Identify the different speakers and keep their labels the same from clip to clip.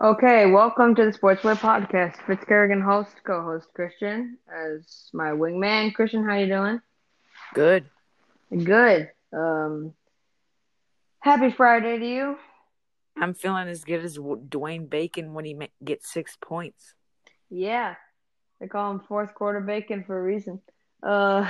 Speaker 1: Okay, welcome to the Sportswear Podcast. Fitzkerrigan host, co-host Christian, as my wingman. Christian, how you doing?
Speaker 2: Good.
Speaker 1: Good. Um, happy Friday to you.
Speaker 2: I'm feeling as good as W- Dwayne Bacon when he ma- gets six points.
Speaker 1: Yeah, they call him fourth quarter bacon for a reason. Uh,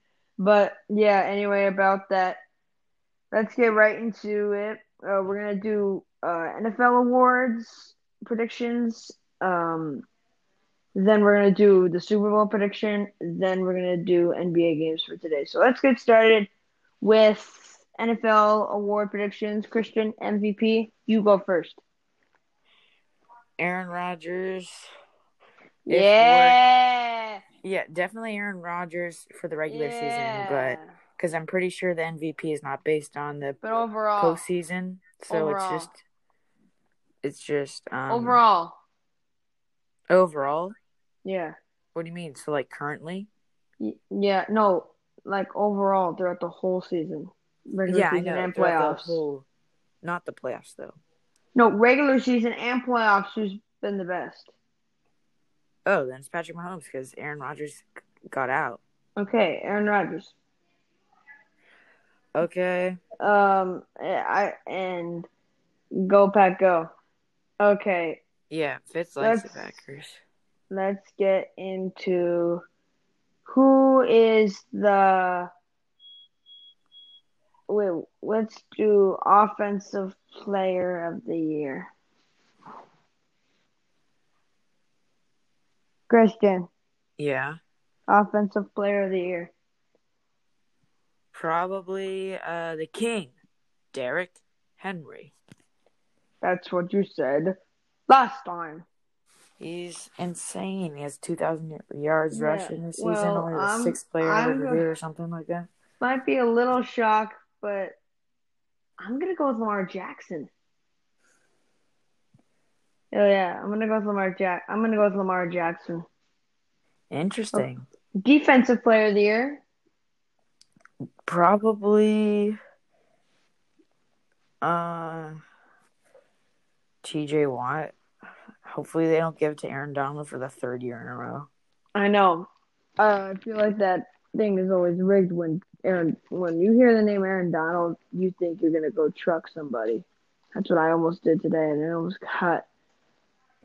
Speaker 1: but yeah, anyway, about that, let's get right into it. Uh, we're gonna do uh, NFL awards predictions. Um, then we're gonna do the Super Bowl prediction. Then we're gonna do NBA games for today. So let's get started with NFL award predictions. Christian MVP, you go first.
Speaker 2: Aaron Rodgers. If
Speaker 1: Yeah.
Speaker 2: Yeah, definitely Aaron Rodgers for the regular season, but because I'm pretty sure the MVP is not based on the
Speaker 1: but overall,
Speaker 2: postseason, so
Speaker 1: Oh. Overall.
Speaker 2: it's just it's just um,
Speaker 1: overall,
Speaker 2: Overall,
Speaker 1: yeah,
Speaker 2: what do you mean? So like currently?
Speaker 1: Y- yeah, no, like overall throughout the whole season, regular
Speaker 2: yeah, I
Speaker 1: season
Speaker 2: know.
Speaker 1: and
Speaker 2: throughout the
Speaker 1: playoffs.
Speaker 2: whole- not the playoffs though.
Speaker 1: No, regular season and playoffs. Who's been the best?
Speaker 2: Oh, then it's Patrick Mahomes because Aaron Rodgers g- got out.
Speaker 1: Okay, Aaron Rodgers.
Speaker 2: Okay.
Speaker 1: Um, I and go pack go. Okay,
Speaker 2: Yeah, Fitz likes the
Speaker 1: That's-
Speaker 2: Packers.
Speaker 1: let's get into who is the wait let's do offensive player of the year christian
Speaker 2: Yeah.
Speaker 1: offensive player of the year
Speaker 2: Probably uh the king, Derek Henry.
Speaker 1: that's what you said last time
Speaker 2: He's insane. He has 2,000 yards
Speaker 1: Yeah,
Speaker 2: rushing this season,
Speaker 1: well,
Speaker 2: only the
Speaker 1: I'm-
Speaker 2: sixth player
Speaker 1: I'm
Speaker 2: over
Speaker 1: go-
Speaker 2: there or something like that.
Speaker 1: might be a little shock but i'm gonna go with lamar jackson oh yeah i'm gonna go with lamar jack i'm gonna go with lamar jackson
Speaker 2: Interesting.
Speaker 1: Oh. defensive player of the year
Speaker 2: Probably uh TJ Watt. Hopefully they don't give it to Aaron Donald for the third year in a row.
Speaker 1: I know. Uh, I feel like that thing is always rigged when Aaron. When you hear the name Aaron Donald, you think you're gonna go truck somebody. That's what I almost did today, and I almost got,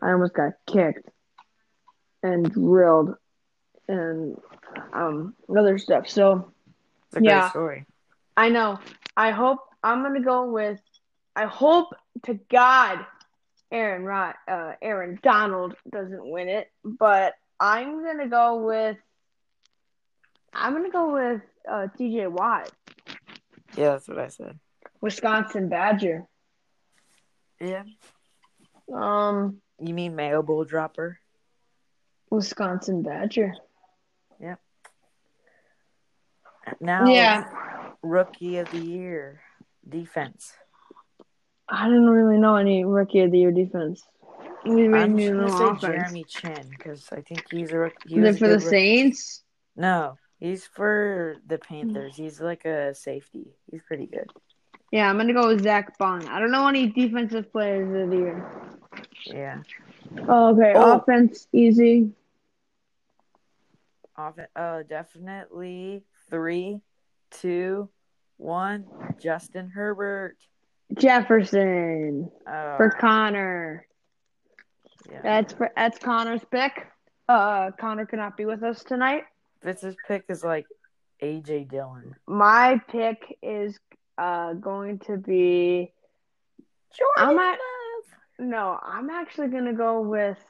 Speaker 1: I almost got kicked and drilled, and um other stuff. So
Speaker 2: It's a great
Speaker 1: Yeah.
Speaker 2: story.
Speaker 1: I know. I hope I'm gonna go with. I hope to God, Aaron Rod, uh, Aaron Donald doesn't win it, but I'm gonna go with. I'm gonna go with uh, T.J. Watt,
Speaker 2: Yeah, that's what I said.
Speaker 1: Wisconsin Badger.
Speaker 2: Yeah.
Speaker 1: Um,
Speaker 2: You mean Mayo Bowl dropper?
Speaker 1: Wisconsin Badger.
Speaker 2: Now
Speaker 1: Yeah.
Speaker 2: rookie of the year defense.
Speaker 1: I didn't really know any rookie of the year defense. We made
Speaker 2: I'm
Speaker 1: me
Speaker 2: just
Speaker 1: know
Speaker 2: gonna say
Speaker 1: offense.
Speaker 2: Jeremy Chin because I think he's a rookie. He
Speaker 1: Is
Speaker 2: was
Speaker 1: it
Speaker 2: a
Speaker 1: for
Speaker 2: good
Speaker 1: the
Speaker 2: rookie.
Speaker 1: Saints?
Speaker 2: No, he's for the Panthers.
Speaker 1: Hmm.
Speaker 2: He's like a safety. He's pretty good.
Speaker 1: Yeah, I'm gonna go with Zach Bond. I don't know any defensive players of the year.
Speaker 2: Yeah.
Speaker 1: Oh, okay,
Speaker 2: Oh.
Speaker 1: offense easy.
Speaker 2: Off- uh, definitely three, two, one. Justin Herbert.
Speaker 1: Jefferson
Speaker 2: Oh,
Speaker 1: for Connor.
Speaker 2: yeah.
Speaker 1: That's for that's Connor's pick. Uh, Connor cannot be with us tonight.
Speaker 2: Fitz's pick is like AJ Dillon.
Speaker 1: My pick is uh going to be
Speaker 2: Jordan
Speaker 1: at-
Speaker 2: Love.
Speaker 1: no. I'm actually gonna go with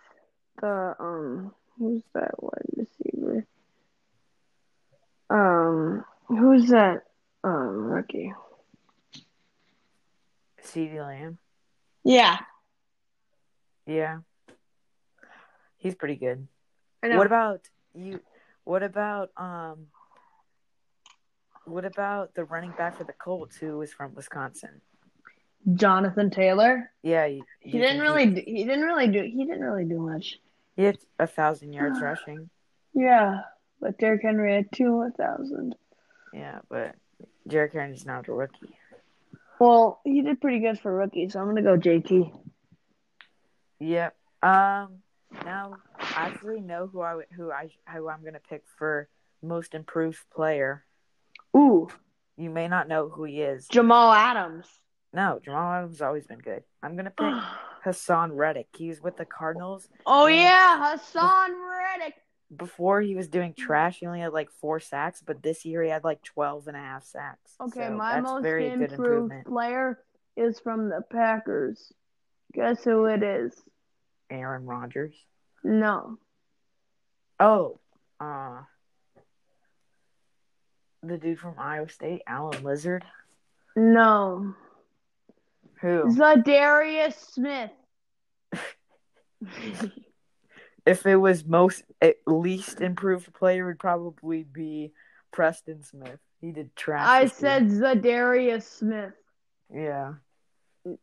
Speaker 1: the um who's that wide receiver? Um, who's that um rookie?
Speaker 2: CeeDee Lamb.
Speaker 1: Yeah,
Speaker 2: Yeah. He's pretty good.
Speaker 1: I
Speaker 2: What about you? What about um? What about the running back for the Colts who was from Wisconsin?
Speaker 1: Jonathan Taylor?
Speaker 2: Yeah, you,
Speaker 1: He
Speaker 2: you
Speaker 1: didn't
Speaker 2: think
Speaker 1: really. do- He didn't really do. He didn't really do much.
Speaker 2: He had a thousand yards rushing.
Speaker 1: Yeah, but Derrick Henry had two thousand.
Speaker 2: Yeah, but Derrick Henry's not a rookie.
Speaker 1: Well, he did pretty good for rookie, so I'm gonna go JT.
Speaker 2: Yep. Um. Now I actually know who I would- who I who I'm gonna pick for most improved player.
Speaker 1: Ooh,
Speaker 2: You may not know who he is.
Speaker 1: Jamal Adams.
Speaker 2: No, Jamal Adams has always been good. I'm gonna pick Hassan Reddick. He's with the Cardinals.
Speaker 1: oh yeah, Hassan Reddick.
Speaker 2: Before he was doing trash, he only had like four sacks, but this year he had like 12 and a half sacks.
Speaker 1: Okay,
Speaker 2: So
Speaker 1: my
Speaker 2: that's
Speaker 1: most
Speaker 2: very good
Speaker 1: improved
Speaker 2: improvement.
Speaker 1: player is from the Packers. Guess who it is?
Speaker 2: Aaron Rodgers.
Speaker 1: No.
Speaker 2: Oh, uh, the dude from Iowa State, Alan Lizard.
Speaker 1: No.
Speaker 2: Who?
Speaker 1: Zadarius Smith.
Speaker 2: If it was most at least improved player, would probably be Preston Smith. He did trash.
Speaker 1: I
Speaker 2: this year.
Speaker 1: said Zadarius Smith.
Speaker 2: yeah.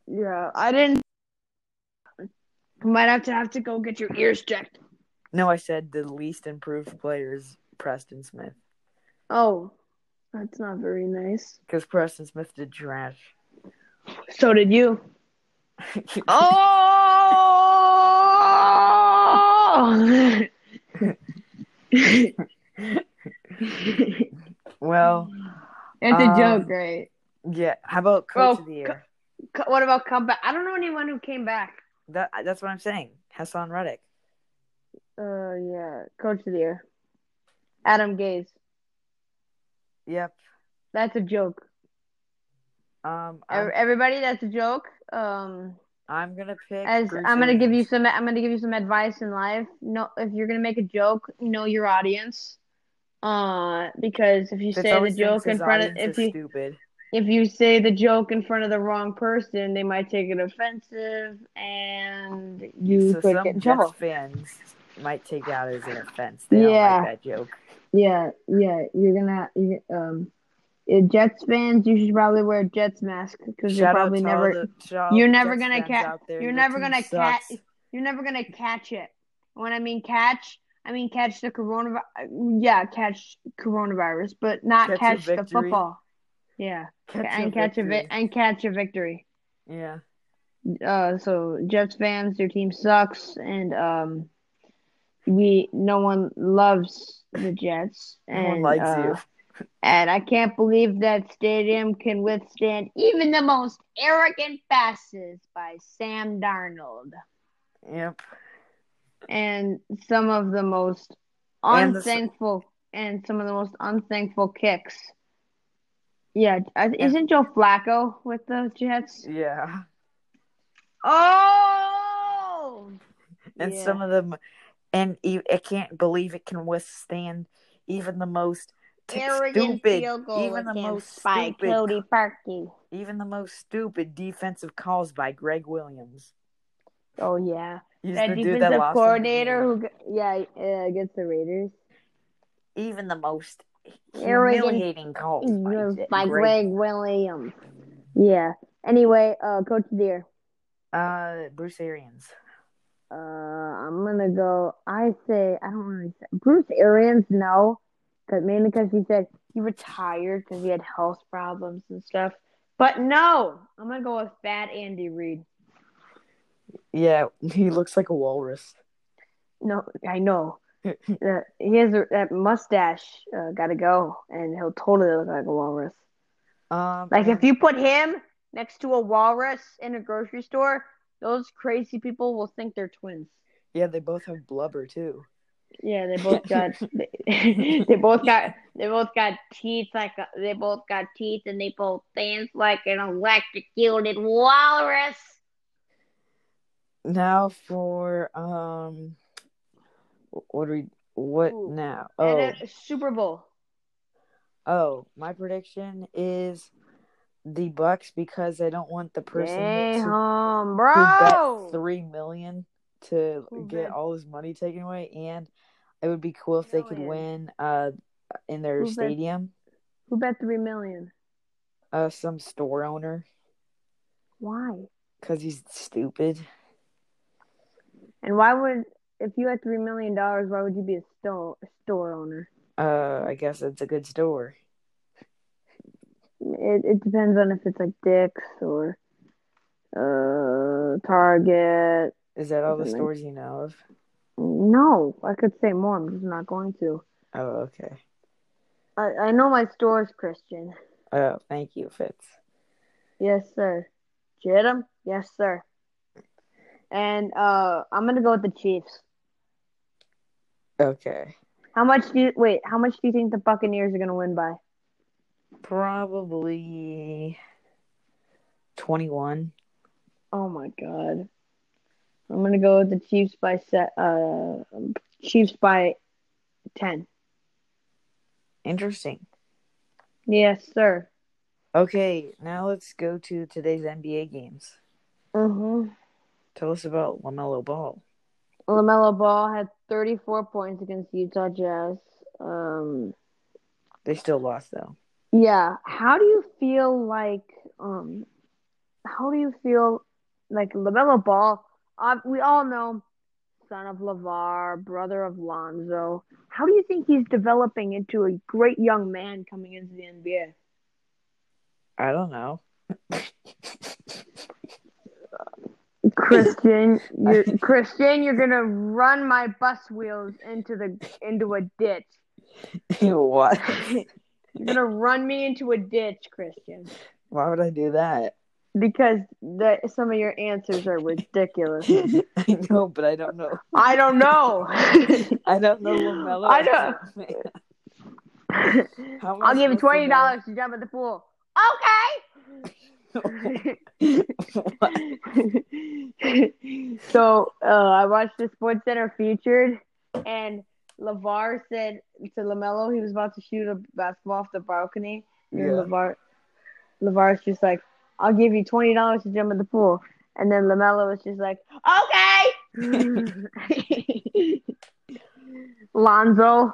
Speaker 1: Yeah, I didn't. Might have to have to go get your ears checked.
Speaker 2: No, I said the least improved player is Preston Smith
Speaker 1: Oh, that's not very nice.
Speaker 2: because Preston Smith did trash.
Speaker 1: So did you. Oh!
Speaker 2: Well,
Speaker 1: it's
Speaker 2: Um,
Speaker 1: a joke, right?
Speaker 2: yeah. How about coach
Speaker 1: Well,
Speaker 2: of the
Speaker 1: co-
Speaker 2: year?
Speaker 1: Co- What about comeback? I don't know anyone who came back.
Speaker 2: That that's what I'm saying. Hassan Reddick.
Speaker 1: Uh, yeah, coach of the year, Adam Gaze.
Speaker 2: Yep.
Speaker 1: That's a joke.
Speaker 2: Um,
Speaker 1: Ev-
Speaker 2: I'm,
Speaker 1: Everybody, that's a joke. Um,
Speaker 2: I'm gonna pick.
Speaker 1: as
Speaker 2: Bruce
Speaker 1: I'm gonna give you
Speaker 2: Arians.
Speaker 1: some, I'm gonna give you some advice in life. No, if you're gonna make a joke, know your audience. Uh, because if you
Speaker 2: Fitz
Speaker 1: say the
Speaker 2: always thinks
Speaker 1: joke in
Speaker 2: his
Speaker 1: front of,
Speaker 2: audience
Speaker 1: if
Speaker 2: is
Speaker 1: you
Speaker 2: stupid.
Speaker 1: if you say the joke in front of the wrong person, they might take it offensive, and you
Speaker 2: so
Speaker 1: could
Speaker 2: some
Speaker 1: get in
Speaker 2: Jets
Speaker 1: trouble.
Speaker 2: fans might take that as an offense. They
Speaker 1: Yeah.
Speaker 2: don't like that joke.
Speaker 1: Yeah, yeah, you're gonna you, um, yeah, Jets fans, you should probably wear a Jets mask because you're
Speaker 2: Shout out
Speaker 1: probably
Speaker 2: to all
Speaker 1: never
Speaker 2: the- to all
Speaker 1: you're
Speaker 2: the
Speaker 1: never
Speaker 2: Jets
Speaker 1: gonna
Speaker 2: fans
Speaker 1: ca-
Speaker 2: out there.
Speaker 1: you're
Speaker 2: Your
Speaker 1: never
Speaker 2: team
Speaker 1: gonna ca-
Speaker 2: sucks.
Speaker 1: you're never gonna catch it. When I mean catch, I mean catch the coronavirus. Yeah, catch coronavirus, but not
Speaker 2: Catch a
Speaker 1: catch, the
Speaker 2: victory.
Speaker 1: football. Yeah,
Speaker 2: Catch
Speaker 1: and
Speaker 2: your
Speaker 1: catch a vi-
Speaker 2: victory.
Speaker 1: and catch a victory.
Speaker 2: Yeah.
Speaker 1: Uh, so Jets fans, their team sucks, and um, we no one loves the Jets,
Speaker 2: No one
Speaker 1: and
Speaker 2: likes
Speaker 1: uh,
Speaker 2: you.
Speaker 1: and I can't believe that stadium can withstand even the most arrogant passes by Sam Darnold
Speaker 2: Yep.
Speaker 1: and some of the most
Speaker 2: And the s-
Speaker 1: unthankful and some of the most unthankful kicks. Yeah, I- isn't Joe Flacco with the Jets?
Speaker 2: Mm. Yeah.
Speaker 1: Oh,
Speaker 2: And
Speaker 1: Yeah.
Speaker 2: some of them, and e- I can't believe it can withstand even the most t-
Speaker 1: arrogant
Speaker 2: stupid,
Speaker 1: field goal
Speaker 2: even the
Speaker 1: attempt
Speaker 2: most
Speaker 1: by
Speaker 2: stupid,
Speaker 1: Cody Parkey.
Speaker 2: even the most stupid defensive calls by Greg Williams.
Speaker 1: Oh yeah,
Speaker 2: He's
Speaker 1: that
Speaker 2: the dude
Speaker 1: defensive
Speaker 2: lost him the
Speaker 1: coordinator
Speaker 2: game.
Speaker 1: who g- yeah uh, against the Raiders.
Speaker 2: even the most
Speaker 1: Arrogant-
Speaker 2: humiliating calls
Speaker 1: Yeah,
Speaker 2: by,
Speaker 1: by Greg
Speaker 2: Greg.
Speaker 1: Williams. Yeah. Anyway, uh, Coach Deer,
Speaker 2: Uh, Bruce Arians.
Speaker 1: uh, I'm gonna go. I say I don't really say Bruce Arians. No, but mainly because he said he retired because he had health problems and stuff. But no, I'm gonna go with Fat Andy Reid.
Speaker 2: Yeah, he looks like a walrus.
Speaker 1: No, I know. Uh, he has a, that mustache. Uh, gotta go, and he'll totally look like a walrus.
Speaker 2: Um,
Speaker 1: Like if
Speaker 2: and
Speaker 1: you put him next to a walrus in a grocery store, those crazy people will think they're twins.
Speaker 2: yeah, they both have blubber too.
Speaker 1: Yeah, they both got they, they both got they both got teeth like a, they both got teeth and they both dance like an electrocuted walrus.
Speaker 2: Now for um, what are we? What
Speaker 1: Ooh.
Speaker 2: now?
Speaker 1: And
Speaker 2: Oh,
Speaker 1: a Super Bowl.
Speaker 2: oh, my prediction is the Bucks because I don't want the person
Speaker 1: Stay
Speaker 2: who,
Speaker 1: home,
Speaker 2: who
Speaker 1: bro.
Speaker 2: bet three million to
Speaker 1: Who
Speaker 2: get
Speaker 1: bet-
Speaker 2: all his money taken away, and it would be cool if they could
Speaker 1: Million.
Speaker 2: win uh in their
Speaker 1: Who bet-
Speaker 2: stadium.
Speaker 1: Who bet three million?
Speaker 2: Uh, some store owner
Speaker 1: Why?
Speaker 2: because he's stupid.
Speaker 1: And why would if you had three million dollars, why would you be a store store owner?
Speaker 2: Uh, I guess it's a good store.
Speaker 1: It it depends on if it's like Dick's or uh Target
Speaker 2: Is that all the
Speaker 1: Mhm.
Speaker 2: stories you know of?
Speaker 1: No, I could say more. I'm just not going to.
Speaker 2: Oh, okay.
Speaker 1: I, I know my stores, Christian.
Speaker 2: Oh, thank you, Fitz.
Speaker 1: Yes, sir. Jidam? Yes, sir. And uh, I'm gonna go with the Chiefs.
Speaker 2: Okay.
Speaker 1: How much do you wait? How much do you think the Buccaneers are gonna win by?
Speaker 2: Probably 21.
Speaker 1: Oh my God. I'm gonna go with the Chiefs by set. Uh, Chiefs by ten.
Speaker 2: Interesting.
Speaker 1: Yes, sir.
Speaker 2: Okay, now let's go to today's NBA games.
Speaker 1: Mm-hmm.
Speaker 2: Tell us about LaMelo Ball.
Speaker 1: Lamelo Ball had 34 points against the Utah Jazz. Um,
Speaker 2: They still lost, though.
Speaker 1: yeah. How do you feel like? Um, how do you feel like Lamelo Ball? Uh, we all know, son of Lavar, brother of Lonzo. How do you think he's developing into a great young man coming into the NBA?
Speaker 2: I don't know.
Speaker 1: Christian, you're, Christian, you're gonna run my bus wheels into the into a ditch.
Speaker 2: what?
Speaker 1: You're gonna run me into a ditch, Christian,
Speaker 2: Why would I do that?
Speaker 1: because the, some of your answers are ridiculous.
Speaker 2: I know, but I don't know.
Speaker 1: I don't know.
Speaker 2: I don't know LaMelo.
Speaker 1: I don't-
Speaker 2: How am I
Speaker 1: I'll give you
Speaker 2: supposed to
Speaker 1: twenty
Speaker 2: know?
Speaker 1: dollars to jump in the pool. Okay.
Speaker 2: What?
Speaker 1: so uh, I watched the Sports Center featured, and Lavar said to Lamelo he was about to shoot a basketball off the balcony, and
Speaker 2: Yeah.
Speaker 1: Lavar Lavar's just like, "I'll give you twenty dollars to jump in the pool," and then Lamelo was just like, "Okay." Lonzo,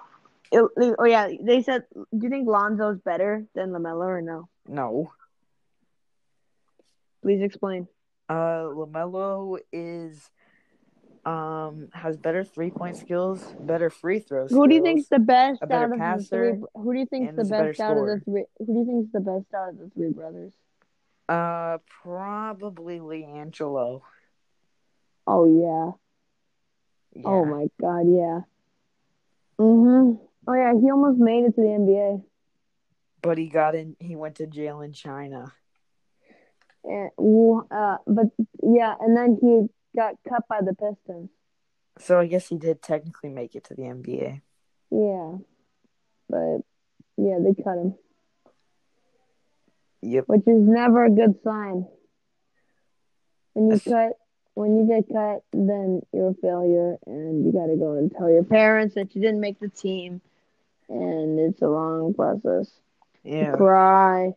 Speaker 1: it- oh yeah, they said, "Do you think Lonzo's better than Lamelo or no?"
Speaker 2: No.
Speaker 1: Please explain.
Speaker 2: Uh, Lamelo is um has better three point skills, better free throws.
Speaker 1: Who do you think's the best
Speaker 2: a better
Speaker 1: out of
Speaker 2: passer,
Speaker 1: the three? Who do you think's
Speaker 2: and
Speaker 1: the
Speaker 2: is a better
Speaker 1: best out of
Speaker 2: scorer.
Speaker 1: the three? Who do you think's the best out of the three brothers?
Speaker 2: Uh, probably Leangelo.
Speaker 1: Oh yeah.
Speaker 2: Yeah.
Speaker 1: Oh my God. Yeah. Mhm. Oh yeah. He almost made it to the NBA.
Speaker 2: But he got in. He went to jail in China.
Speaker 1: And, wh- uh, but yeah, and then he got cut by the Pistons.
Speaker 2: So I guess he did technically make it to the NBA.
Speaker 1: Yeah. But yeah, they cut him,
Speaker 2: Yep.
Speaker 1: which is never a good sign. When you
Speaker 2: That's-
Speaker 1: cut. When you get cut, then you're a failure, and you gotta go and tell your parents that you didn't make the team, and it's a long process.
Speaker 2: Yeah.
Speaker 1: cry.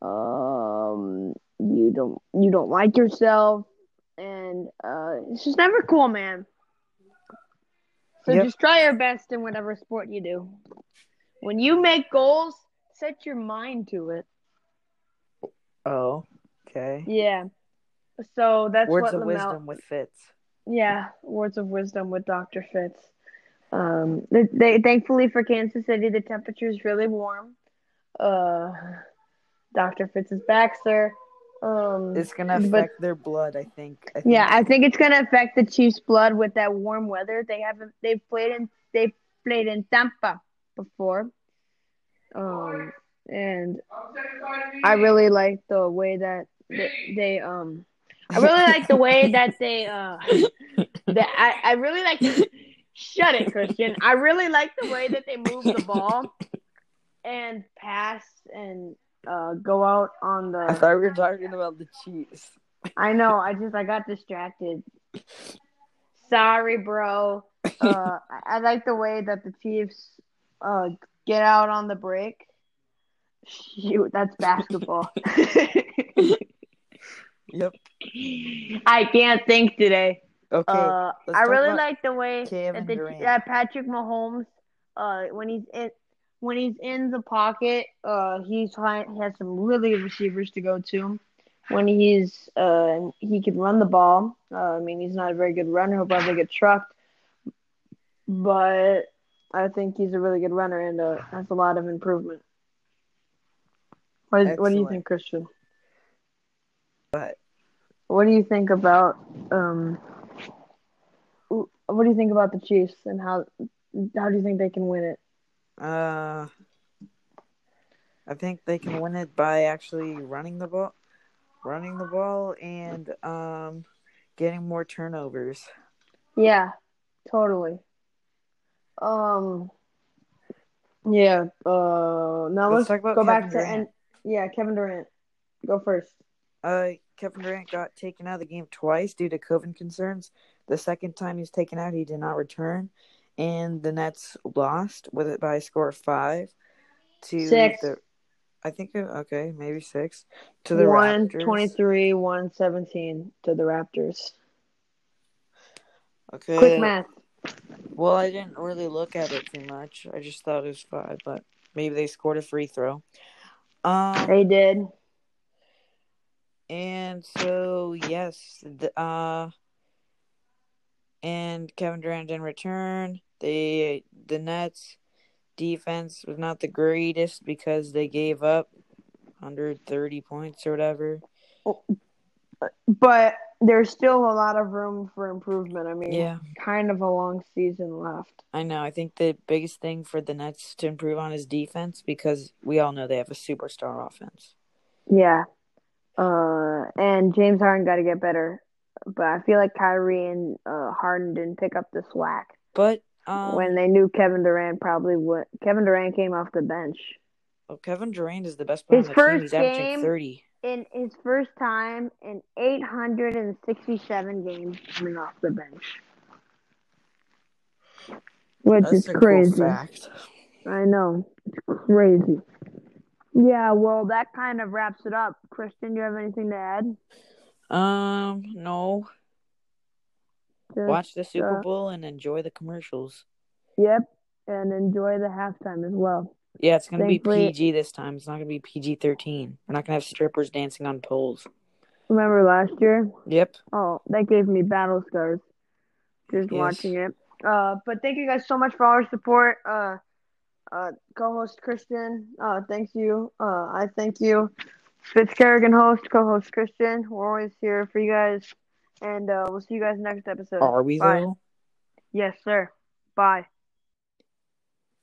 Speaker 1: Um, you don't you don't like yourself, and uh, it's just never cool, man. So
Speaker 2: Yep.
Speaker 1: just try your best in whatever sport you do. When you make goals, set your mind to it.
Speaker 2: Oh. Okay.
Speaker 1: Yeah. So that's
Speaker 2: Words
Speaker 1: what Mm-hmm. Lamel-
Speaker 2: of wisdom with Fitz.
Speaker 1: Yeah, words of wisdom with Dr. Fitz. Um, they, they thankfully for Kansas City, the temperature is really warm. Uh, Dr. Fitz is back, sir. Um,
Speaker 2: It's gonna
Speaker 1: But-
Speaker 2: affect their blood. I think. I think
Speaker 1: yeah, I think it's gonna affect the Chiefs' blood with that warm weather. They haven't they've played in they've played in Tampa before, um, and I really like the way that they, they um I really like the way that they uh that I, I really like shut it Christian I really like the way that they move the ball and pass and uh go out on
Speaker 2: I
Speaker 1: the
Speaker 2: thought we were talking about the Chiefs.
Speaker 1: I know I just I got distracted sorry bro uh I, I like the way that the Chiefs uh get out on the break shoot that's basketball
Speaker 2: Yep.
Speaker 1: I can't think today.
Speaker 2: Okay.
Speaker 1: uh,
Speaker 2: let's
Speaker 1: I
Speaker 2: talk
Speaker 1: really
Speaker 2: about
Speaker 1: like the way
Speaker 2: Kevin
Speaker 1: that, the,
Speaker 2: Durant.
Speaker 1: that Patrick Mahomes, uh, when he's in when he's in the pocket, uh, he's trying, he has some really good receivers to go to. When he's uh, he can run the ball. Uh, I mean, he's not a very good runner. He'll probably get trucked, but I think he's a really good runner and uh, has a lot of improvement. What, is, what do you
Speaker 2: Excellent.
Speaker 1: think, Christian?
Speaker 2: but
Speaker 1: What do you think about um what do you think about the Chiefs and how how do you think they can win it?
Speaker 2: Uh, I think they can win it by actually running the ball, running the ball, and um, getting more turnovers.
Speaker 1: Yeah, totally. Um, yeah. Uh, now let's,
Speaker 2: Let's talk about
Speaker 1: go back
Speaker 2: Kevin
Speaker 1: to
Speaker 2: Durant.
Speaker 1: and yeah, Kevin Durant. Go first.
Speaker 2: Uh, Kevin Durant got taken out of the game twice due to COVID concerns. The second time he was taken out, he did not return, and the Nets lost with it by a score of five to
Speaker 1: Six.
Speaker 2: the. I think okay, maybe six to the
Speaker 1: one
Speaker 2: Raptors.
Speaker 1: twenty-three, one seventeen to the Raptors.
Speaker 2: Okay.
Speaker 1: Quick math.
Speaker 2: Well, I didn't really look at it too much. I just thought it was five, but maybe they scored a free throw. Um,
Speaker 1: They did.
Speaker 2: and so yes, the, uh, and Kevin Durant didn't return. They the Nets defense was not the greatest because they gave up 130 points or whatever.
Speaker 1: But there's still a lot of room for improvement. I mean,
Speaker 2: Yeah,
Speaker 1: kind of a long season left.
Speaker 2: I know. I think the biggest thing for the Nets to improve on is defense because we all know they have a superstar offense.
Speaker 1: Yeah. Uh, and James Harden got to get better. But I feel like Kyrie and uh, Harden didn't pick up the slack
Speaker 2: But um,
Speaker 1: when they knew Kevin Durant probably would. Kevin Durant came off the bench.
Speaker 2: Oh, Kevin Durant is the best player
Speaker 1: His
Speaker 2: on the team.
Speaker 1: first
Speaker 2: He's averaging
Speaker 1: game-
Speaker 2: 30.
Speaker 1: In his first time in 867 games coming off the bench. Which is crazy.
Speaker 2: fact.
Speaker 1: I know. It's crazy. Yeah, well, that kind of wraps it up. Kristen, do you have anything to add?
Speaker 2: Um, no.
Speaker 1: Just-
Speaker 2: Watch the Super
Speaker 1: uh,
Speaker 2: Bowl and enjoy the commercials.
Speaker 1: Yep. And enjoy the halftime as well.
Speaker 2: Yeah, it's gonna
Speaker 1: Thankfully-
Speaker 2: be PG this time. It's not gonna be PG thirteen. We're not gonna have strippers dancing on poles.
Speaker 1: Remember last year?
Speaker 2: Yep.
Speaker 1: Oh, that gave me battle scars just
Speaker 2: Yes.
Speaker 1: watching it. Uh, but thank you guys so much for all your support. Uh, uh, co-host Christian, uh, thank you. Uh, I thank you. Fitzkerrigan host, co-host Christian. We're always here for you guys, and uh, we'll see you guys next episode.
Speaker 2: Are we
Speaker 1: Bye.
Speaker 2: though?
Speaker 1: Yes, sir. Bye.